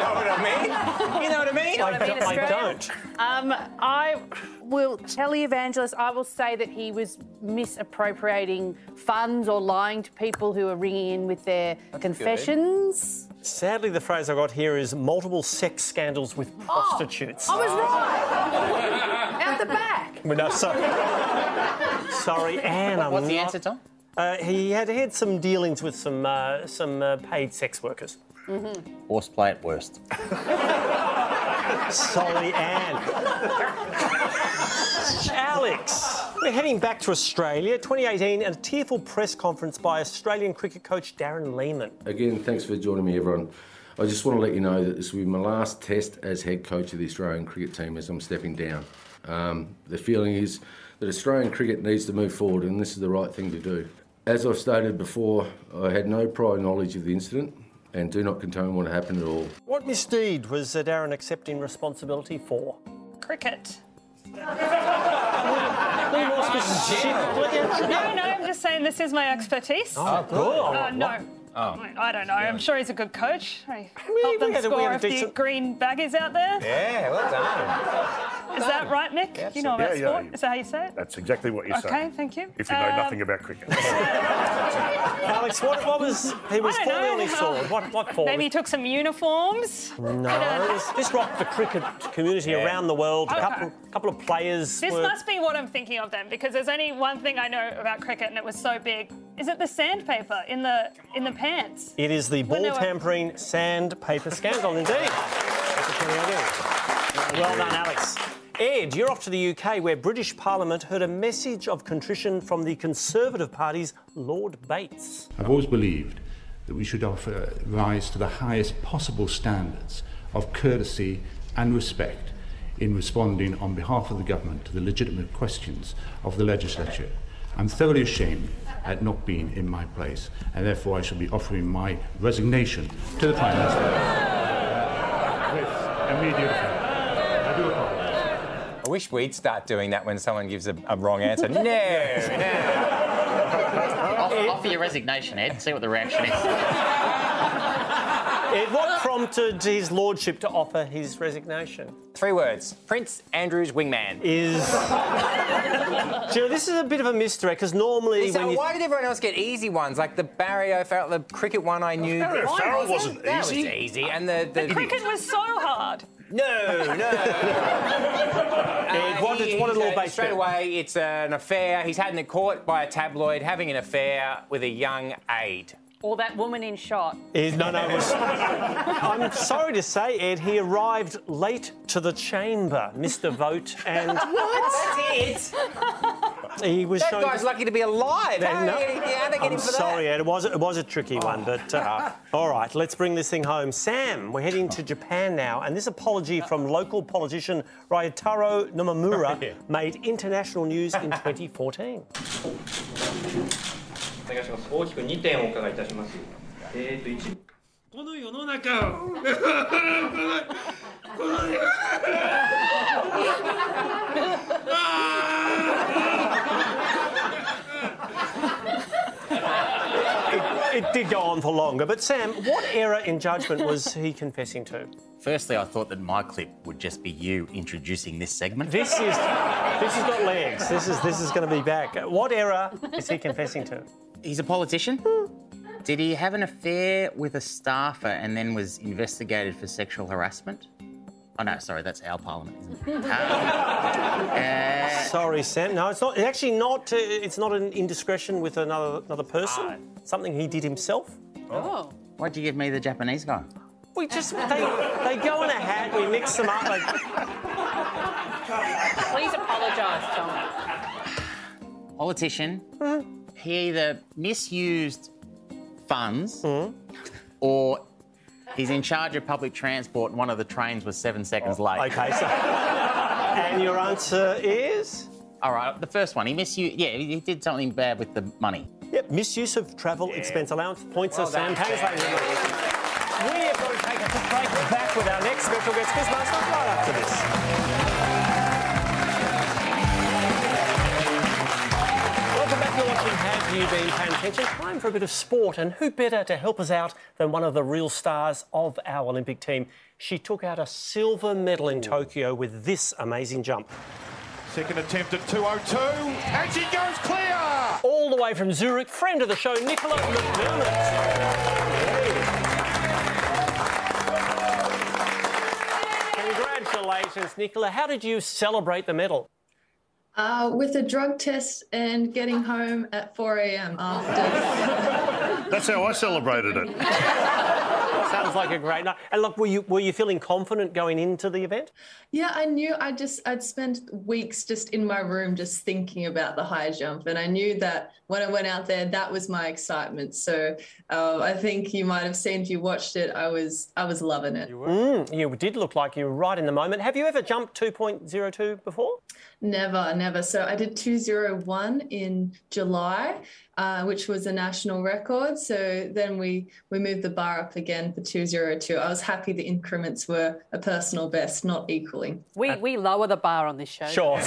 [SPEAKER 5] know what I mean? You know what I mean?
[SPEAKER 7] I don't- I don't. Um, I will televangelist. I will say that he was misappropriating funds or lying to people who are ringing in with their confessions.
[SPEAKER 2] Sadly, the phrase I got here is multiple sex scandals with prostitutes.
[SPEAKER 7] I was right. Out the back.
[SPEAKER 2] Well, no, sorry. sorry, Anne. I'm
[SPEAKER 8] What's the
[SPEAKER 2] not-
[SPEAKER 8] answer, Tom?
[SPEAKER 2] Uh, he had had some dealings with some uh, some uh, paid sex workers.
[SPEAKER 8] Horseplay at worst.
[SPEAKER 2] Sorry, Anne. Alex, we're heading back to Australia, 2018, and a tearful press conference by Australian cricket coach Darren Lehmann.
[SPEAKER 17] Again, thanks for joining me, everyone. I just want to let you know that this will be my last test as head coach of the Australian cricket team as I'm stepping down. Um, the feeling is that Australian cricket needs to move forward, and this is the right thing to do. As I've stated before, I had no prior knowledge of the incident and do not condone what happened at all.
[SPEAKER 2] What misdeed was uh, Darren accepting responsibility for?
[SPEAKER 6] Cricket.
[SPEAKER 2] more specific.
[SPEAKER 6] No, no, I'm just saying this is my expertise.
[SPEAKER 2] Oh, good.
[SPEAKER 6] Uh, no.
[SPEAKER 2] Oh.
[SPEAKER 6] I don't know. I'm sure he's a good coach. I
[SPEAKER 2] we
[SPEAKER 6] help them
[SPEAKER 2] had a- we
[SPEAKER 6] score
[SPEAKER 2] had a
[SPEAKER 6] if the
[SPEAKER 2] decent-
[SPEAKER 6] green baggies out there. Is
[SPEAKER 5] Yeah, well done.
[SPEAKER 6] that right, Nick?
[SPEAKER 4] Yes,
[SPEAKER 6] you know
[SPEAKER 4] sir.
[SPEAKER 6] about
[SPEAKER 4] Yeah, yeah,
[SPEAKER 6] sport.
[SPEAKER 4] yeah.
[SPEAKER 6] Is that how you say it?
[SPEAKER 4] That's exactly what you say.
[SPEAKER 6] Okay, thank you.
[SPEAKER 4] If you know
[SPEAKER 6] Um,
[SPEAKER 4] nothing about cricket.
[SPEAKER 2] Alex, what, what was he was
[SPEAKER 6] I don't know.
[SPEAKER 2] formerly sword? What what for?
[SPEAKER 6] Maybe he took some uniforms.
[SPEAKER 2] no, this, this rocked the cricket community
[SPEAKER 6] Yeah.
[SPEAKER 2] around the world.
[SPEAKER 6] Okay.
[SPEAKER 2] A couple, couple of players.
[SPEAKER 6] This
[SPEAKER 2] were...
[SPEAKER 6] must be what I'm thinking of then, because there's only one thing I know about cricket, and it was so big. Is it the sandpaper in the in the pants?
[SPEAKER 2] It is the
[SPEAKER 6] Well,
[SPEAKER 2] ball
[SPEAKER 6] no, I-
[SPEAKER 2] tampering sandpaper scandal, indeed. That's what Tony O'Neill did. Well done, Alex. Ed, you're off to the UK, where British Parliament heard a message of contrition from the Conservative Party's Lord Bates.
[SPEAKER 10] I've always believed that we should offer rise to the highest possible standards of courtesy and respect in responding on behalf of the government to the legitimate questions of the legislature. I'm thoroughly ashamed at not being in my place, and therefore I shall be offering my resignation to the Prime Minister. With immediate effect.
[SPEAKER 5] I wish we'd start doing that when someone gives a, a wrong answer. no, no.
[SPEAKER 8] offer, offer your resignation, Ed. See what the reaction is.
[SPEAKER 2] Ed,
[SPEAKER 6] Uh.
[SPEAKER 2] what prompted his lordship to offer his resignation?
[SPEAKER 5] Three words. Prince Andrew's wingman.
[SPEAKER 2] Is. Do you know, this is a bit of a mystery because normally
[SPEAKER 5] So
[SPEAKER 2] when you.
[SPEAKER 5] why did everyone else get easy ones? Like the Barry O'Farrell, the cricket one I knew.
[SPEAKER 2] Barry
[SPEAKER 5] Mine
[SPEAKER 2] O'Farrell wasn't
[SPEAKER 5] that
[SPEAKER 2] easy.
[SPEAKER 5] was easy. And the...
[SPEAKER 6] The cricket was so hard.
[SPEAKER 5] No,
[SPEAKER 2] Ed, what did,
[SPEAKER 5] He-
[SPEAKER 2] what did
[SPEAKER 5] he's,
[SPEAKER 2] Lord
[SPEAKER 5] uh,
[SPEAKER 2] Bates
[SPEAKER 5] Straight
[SPEAKER 2] do?
[SPEAKER 5] away, it's an affair. He's had in the court by a tabloid having an affair with a young aide.
[SPEAKER 7] Or that woman in shot.
[SPEAKER 2] Is- no, no, it was- I'm sorry to say, Ed, he arrived late to the chamber, Mr. Vote, and
[SPEAKER 5] That's it.
[SPEAKER 2] he was
[SPEAKER 5] that
[SPEAKER 2] shown.
[SPEAKER 5] guy's lucky to be alive.
[SPEAKER 2] Yeah,
[SPEAKER 5] How
[SPEAKER 2] no.
[SPEAKER 5] they- how'd they get
[SPEAKER 2] I'm
[SPEAKER 5] him for
[SPEAKER 2] sorry, Ed. It was it was a tricky one, but uh, all right. Let's bring this thing home. Sam, we're heading to Japan now, and this apology from local politician Ryotaro Nomamura made international news in 2014.
[SPEAKER 13] お願いします。大きく2点お伺いいたします。えーと、一この世の中をこのこの世
[SPEAKER 2] It, it did go on for longer, but Sam, what error in judgment was he confessing to?
[SPEAKER 8] Firstly, I thought that my clip would just be you introducing this segment.
[SPEAKER 2] This is this has got legs. This is this is going to be back. What error is he confessing to?
[SPEAKER 8] He's a politician. Did he have an affair with a staffer and then was investigated for sexual harassment? Oh no, sorry, that's our parliament, isn't it? Uh,
[SPEAKER 2] Sorry, Sam. No, it's not. It's actually not. Uh, it's not an indiscretion with another another person. Something he did himself.
[SPEAKER 8] Oh. Why'd you give me the Japanese guy?
[SPEAKER 2] We just they, they go in a hat. We mix them up. Like,
[SPEAKER 7] Please apologise, Tom.
[SPEAKER 8] Politician. He either misused funds
[SPEAKER 2] Hmm?
[SPEAKER 8] or he's in charge of public transport and one of the trains was seven seconds late.
[SPEAKER 2] Oh, okay, so- and your answer is?
[SPEAKER 8] All right, the first one. He misused. Yeah, he he did something bad with the money.
[SPEAKER 2] yep. Misuse of travel expense allowance points
[SPEAKER 8] Well
[SPEAKER 2] are Sam
[SPEAKER 8] done,
[SPEAKER 2] Payne's
[SPEAKER 8] Sam.
[SPEAKER 2] ladies and gentlemen. We have got to take a quick break. We're back with our next special guest, Quizmaster, right after this. Welcome back. You're watching Have You Been Paying Attention? Time for a bit of sport, and who better to help us out than one of the real stars of our Olympic team? She took out a silver medal in Tokyo with this amazing jump.
[SPEAKER 18] Second attempt at 202, and she goes clear.
[SPEAKER 2] All the way from Zurich, friend of the show, Nicola McDermott. Congratulations, Nicola. How did you celebrate the medal?
[SPEAKER 19] Uh, with a drug test and getting home at 4 a.m. after.
[SPEAKER 4] That's how I celebrated it.
[SPEAKER 2] Sounds like a great night. And look, were you were you feeling confident going into the event?
[SPEAKER 19] yeah, I knew I just I'd spend weeks just in my room just thinking about the high jump, and I knew that when I went out there, that was my excitement. So uh, I think you might have seen if you watched it, I was I was loving it.
[SPEAKER 2] Mm, you did look like you were right in the moment. Have you ever jumped 2.02 before?
[SPEAKER 19] Never, never. So I did 201 in July, uh, which was a national record. So then we we moved the bar up again for 202. I was happy the increments were a personal best, not equaling.
[SPEAKER 11] We, we lower the bar on this show.
[SPEAKER 2] Sure.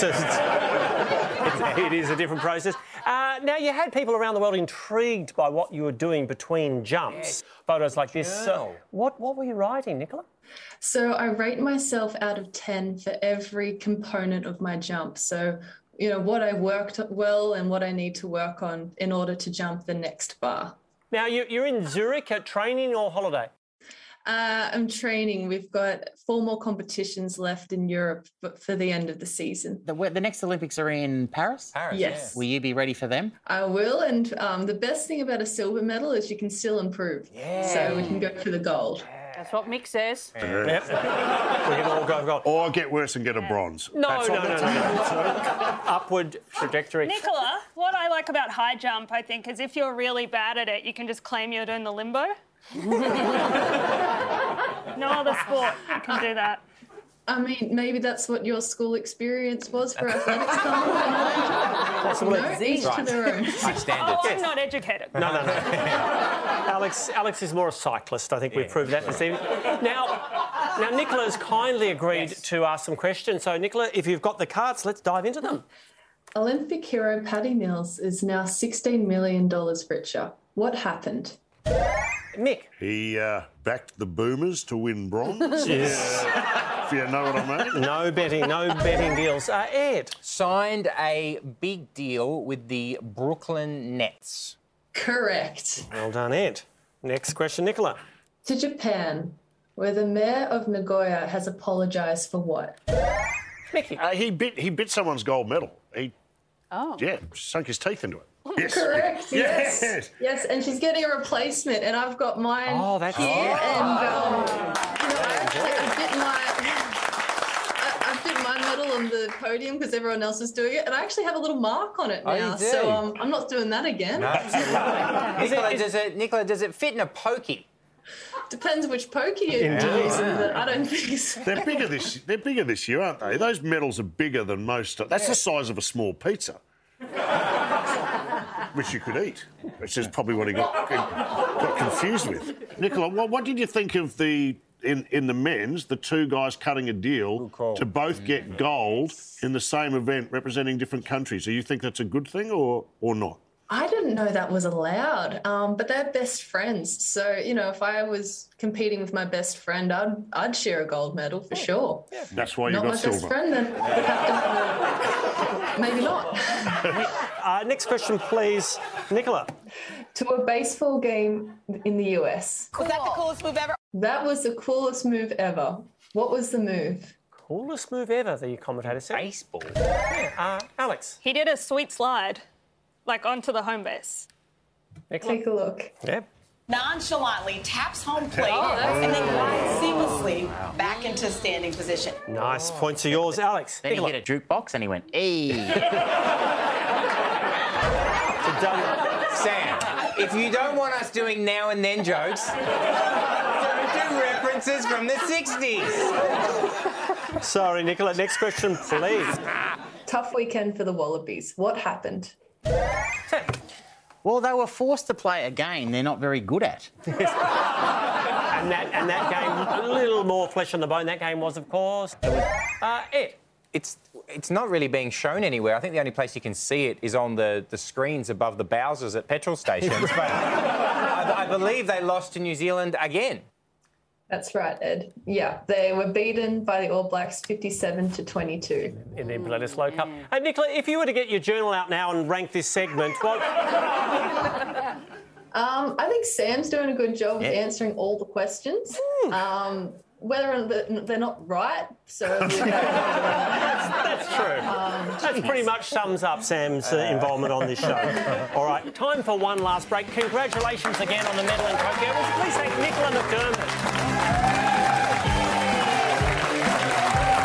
[SPEAKER 2] So it's- it is a different process. Uh, now, you had people around the world intrigued by what you were doing between jumps. Photos like this. So, what, what were you writing, Nicola?
[SPEAKER 19] So I rate myself out of 10 for every component of my jump. So, you know, what I worked well and what I need to work on in order to jump the next bar.
[SPEAKER 2] Now, you- you're in Zurich at training or holiday?
[SPEAKER 19] Uh, I'm training. We've got four more competitions left in Europe but for the end of the season.
[SPEAKER 8] The, the next Olympics are in Paris?
[SPEAKER 19] Paris, Yes. yeah.
[SPEAKER 8] Will you be ready for them?
[SPEAKER 19] I will. And um, the best thing about a silver medal is you can still improve. So we can go for the gold.
[SPEAKER 7] That's what Mick says.
[SPEAKER 4] Or get worse and get a bronze.
[SPEAKER 6] No,
[SPEAKER 4] That's
[SPEAKER 6] no,
[SPEAKER 4] what
[SPEAKER 6] no,
[SPEAKER 4] that's
[SPEAKER 6] no,
[SPEAKER 2] Upward trajectory.
[SPEAKER 6] Nicola, what I like about high jump, I think, is if you're really bad at it, you can just claim you're doing the limbo. no other sport can do that.
[SPEAKER 19] I mean, maybe that's what your school experience was for athletics. That's
[SPEAKER 2] what
[SPEAKER 19] no,
[SPEAKER 2] it
[SPEAKER 19] each
[SPEAKER 2] is.
[SPEAKER 19] to their own.
[SPEAKER 2] High standards.
[SPEAKER 6] Oh, I'm not educated.
[SPEAKER 2] No, no, no. Alex, Alex is more a cyclist. I think we've proven that this evening. Now, now Nicola has kindly agreed to ask some questions. So, Nicola, if you've got the cards, let's dive into them.
[SPEAKER 19] Olympic hero Paddy Mills is now $16 million richer. What happened?
[SPEAKER 2] Mick.
[SPEAKER 4] He uh, backed the Boomers to win bronze.
[SPEAKER 2] Yes.
[SPEAKER 4] Yeah. if you know what I mean.
[SPEAKER 2] No betting, no betting deals. Uh, Ed.
[SPEAKER 5] Signed a big deal with the Brooklyn Nets.
[SPEAKER 19] Correct.
[SPEAKER 2] Well done, Ed. Next question, Nicola.
[SPEAKER 19] To Japan, where the mayor of Nagoya has apologised for what?
[SPEAKER 4] Uh, he bit he bit someone's gold medal. He
[SPEAKER 19] Oh.
[SPEAKER 4] yeah sunk his teeth into it. Yes.
[SPEAKER 19] Correct. Yes.
[SPEAKER 4] Yes.
[SPEAKER 19] yes. and she's getting a replacement, and I've got mine
[SPEAKER 4] Oh, that's-
[SPEAKER 19] here.
[SPEAKER 4] Oh.
[SPEAKER 19] And um, you know, I actually I bit my. I I bit my medal on the podium because everyone else was doing it, and I actually have a little mark on it
[SPEAKER 5] Oh, you
[SPEAKER 19] now.
[SPEAKER 5] do?
[SPEAKER 19] so um, I'm not doing that again.
[SPEAKER 5] Nicola, does it, Nicola, does it fit in a pokey?
[SPEAKER 19] Depends which pokey you're
[SPEAKER 4] Indeed.
[SPEAKER 19] using, but I don't think so.
[SPEAKER 4] They're bigger this. They're bigger this year, aren't they? Those medals are bigger than most. That's the size of a small pizza, which you could eat. Which is probably what he got, got confused with. Nicola, what, what did you think of the in in the men's the two guys cutting a deal to both get gold in the same event representing different countries? Do you think that's a good thing or or not?
[SPEAKER 19] I didn't know that was allowed, um, but they're best friends. So you know, if I was competing with my best friend, I'd I'd share a gold medal for sure.
[SPEAKER 4] That's why you
[SPEAKER 19] not
[SPEAKER 4] got
[SPEAKER 19] my
[SPEAKER 4] silver.
[SPEAKER 19] best friend then. Would have to have a- Maybe not.
[SPEAKER 2] uh, next question, please, Nicola.
[SPEAKER 19] To a baseball game in the US. Was that the coolest move ever? That was the coolest move ever. What was the move?
[SPEAKER 2] Coolest move ever, the commentator said. Baseball. Yeah, uh, Alex.
[SPEAKER 6] He did a sweet slide, like onto the home base.
[SPEAKER 2] Nicola.
[SPEAKER 19] Take a look.
[SPEAKER 2] Yep.
[SPEAKER 1] Nonchalantly taps home plate
[SPEAKER 2] Oh, that's
[SPEAKER 1] and then
[SPEAKER 2] good.
[SPEAKER 1] glides seamlessly back into standing position.
[SPEAKER 2] Nice points are yours, Alex.
[SPEAKER 8] Then he hit a jukebox and he went, eee.
[SPEAKER 5] Sam, if you don't want us doing now and then jokes, don't do references from the 60s.
[SPEAKER 2] Sorry, Nicola. Next question, please.
[SPEAKER 19] Tough weekend for the Wallabies. What happened?
[SPEAKER 8] Well, they were forced to play a game they're not very good at.
[SPEAKER 2] And that and that game, a little more flesh on the bone. That game was, of course. Uh, Ed.
[SPEAKER 5] It's it's not really being shown anywhere. I think the only place you can see it is on the, the screens above the Bowsers at petrol stations. but I, I believe they lost to New Zealand again.
[SPEAKER 19] That's right, Ed. Yeah, they were beaten by the All Blacks 57 to 22.
[SPEAKER 2] In the Bledisloe Cup. Hey, Nicola, if you were to get your journal out now and rank this segment, what?
[SPEAKER 19] Um, I think Sam's doing a good job of answering all the questions. Um, whether or not they're not right, so
[SPEAKER 2] that's true. That pretty much sums up Sam's uh, involvement on this show. All right, time for one last break. Congratulations again on the medal in Tokyo. Please thank Nicola McDermott.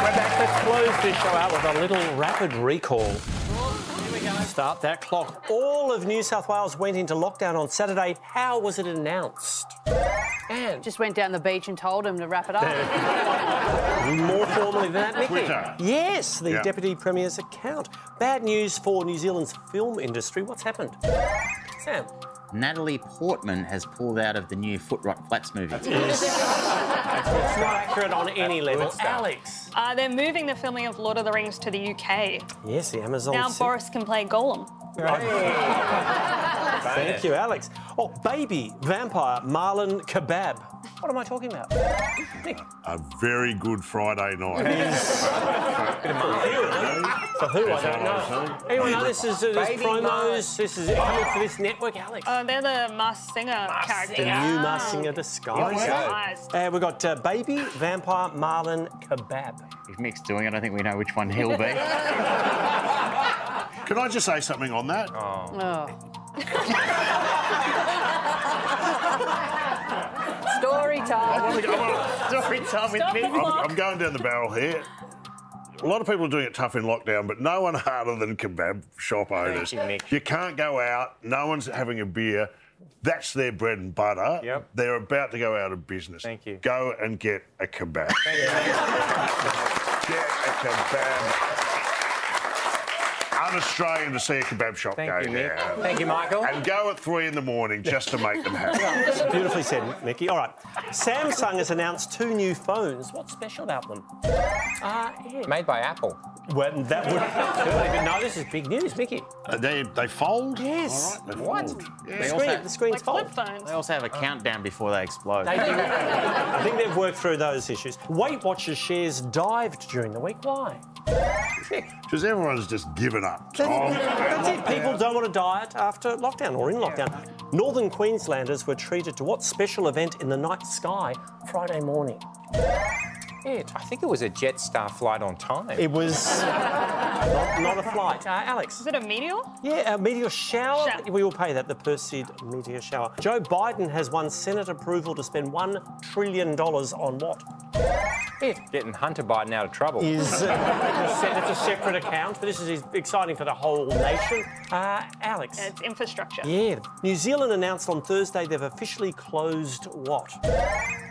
[SPEAKER 2] We're back. Let's close this show out with a little rapid recall. Start that clock. All of New South Wales went into lockdown on Saturday. How was it announced? And
[SPEAKER 7] just went down the beach and told him to wrap it up.
[SPEAKER 2] More formally than that, Mickey.
[SPEAKER 7] Twitter.
[SPEAKER 2] Yes, the
[SPEAKER 7] Yeah.
[SPEAKER 2] Deputy Premier's account. Bad news for New Zealand's film industry. What's happened? Sam.
[SPEAKER 8] Natalie Portman has pulled out of the new Foot Rock Flats movie.
[SPEAKER 2] It's not accurate on any level. Alex.
[SPEAKER 6] Uh, they're moving the filming of Lord of the Rings to the UK.
[SPEAKER 2] Yes, the Amazon.
[SPEAKER 6] now
[SPEAKER 2] se-
[SPEAKER 6] Boris can play Golem.
[SPEAKER 2] Right. Thank you, Alex. Oh, baby vampire Marlon Kebab. What am I talking about? Nick.
[SPEAKER 4] A very good Friday night.
[SPEAKER 2] For who?
[SPEAKER 4] That's what
[SPEAKER 2] I don't
[SPEAKER 4] I was saying.
[SPEAKER 2] know. Anyone know this is uh, this
[SPEAKER 6] Baby
[SPEAKER 2] promos?
[SPEAKER 6] Marlon.
[SPEAKER 2] This is it coming for this network, Alex.
[SPEAKER 6] Oh, they're the Masked Singer characters.
[SPEAKER 2] The new Masked Singer disguise.
[SPEAKER 6] Disguise.
[SPEAKER 2] Uh, we've got uh, baby vampire Marlon Kebab.
[SPEAKER 8] If Mick's doing it, I think we know which one he'll be.
[SPEAKER 4] Can I just say something on that?
[SPEAKER 5] Oh.
[SPEAKER 11] Story time.
[SPEAKER 4] Story
[SPEAKER 11] time
[SPEAKER 4] I'm, I'm going down the barrel here. A lot of people are doing it tough in lockdown, but no one harder than kebab shop owners.
[SPEAKER 5] you, Mick.
[SPEAKER 4] can't go out. No one's having a beer. That's their bread and butter. Yep. They're about to go out of business. Thank you. Go and get a kebab. get a kebab. Un-Australian to see a kebab shop
[SPEAKER 5] Thank
[SPEAKER 4] go
[SPEAKER 5] you, Mick.
[SPEAKER 4] down.
[SPEAKER 5] Thank you, Michael.
[SPEAKER 4] And go at three in the morning just to make them happy.
[SPEAKER 2] Beautifully said, Mickey. All right. Samsung has announced two new phones. What's special about them? Uh, yeah.
[SPEAKER 5] Made by Apple.
[SPEAKER 2] Well, that would. but no, this is big news, Mickey.
[SPEAKER 4] Uh, they, they fold?
[SPEAKER 2] Yes.
[SPEAKER 4] All right, they
[SPEAKER 2] what?
[SPEAKER 4] fold.
[SPEAKER 2] The,
[SPEAKER 8] They
[SPEAKER 2] screen,
[SPEAKER 8] also-
[SPEAKER 2] the screen's fold.
[SPEAKER 8] They also have a countdown before they explode.
[SPEAKER 2] They do. I think they've worked through those issues. Weight Watchers shares dived during the week. Why?
[SPEAKER 4] Because everyone's just given up.
[SPEAKER 2] That's,
[SPEAKER 4] Oh,
[SPEAKER 2] that's it. People don't want to diet after lockdown or in lockdown. Northern Queenslanders were treated to what special event in the night sky Friday morning? It.
[SPEAKER 5] I think it was a Jetstar flight on time.
[SPEAKER 2] It was not, not a flight. Uh, Alex.
[SPEAKER 6] Is it a meteor?
[SPEAKER 2] Yeah, a meteor shower.
[SPEAKER 6] Shower.
[SPEAKER 2] We will pay that, the Perseid meteor shower. Joe Biden has won Senate approval to spend $1 trillion on what?
[SPEAKER 5] Getting Hunter Biden out of trouble.
[SPEAKER 2] Is uh, se- it's a separate account, but this is exciting for the whole nation. Uh, Alex.
[SPEAKER 6] It's infrastructure.
[SPEAKER 2] Yeah. New Zealand announced on Thursday they've officially closed what?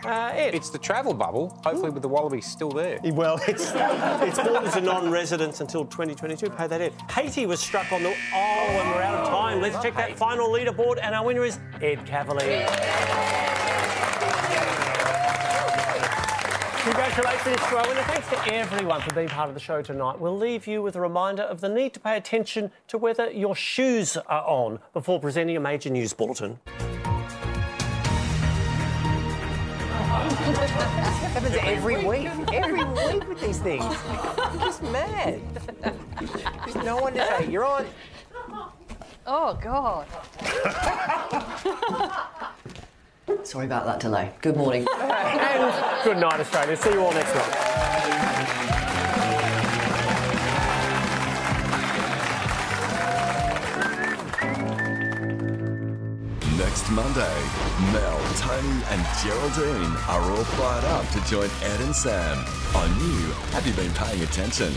[SPEAKER 2] Uh, Ed.
[SPEAKER 5] It's the travel bubble. Hopefully, with the wallabies still there.
[SPEAKER 2] Well, it's it's borders to non-residents until 2022. Pay that in. Haiti was struck on the. Oh, and we're out of time. Let's check that final leaderboard, and our winner is Ed Cavalier. Congratulations to our winner. Thanks to everyone for being part of the show tonight. We'll leave you with a reminder of the need to pay attention to whether your shoes are on before presenting a major news bulletin.
[SPEAKER 20] happens every week. Every week with these things. I'm just mad. There's no one to say, you're on.
[SPEAKER 11] Oh, God.
[SPEAKER 20] Sorry about that delay. Good morning.
[SPEAKER 2] and good night, Australia. See you all next month.
[SPEAKER 21] Next Monday, Mel, Tony, and Geraldine are all fired up to join Ed and Sam on new Have You Been Paying Attention?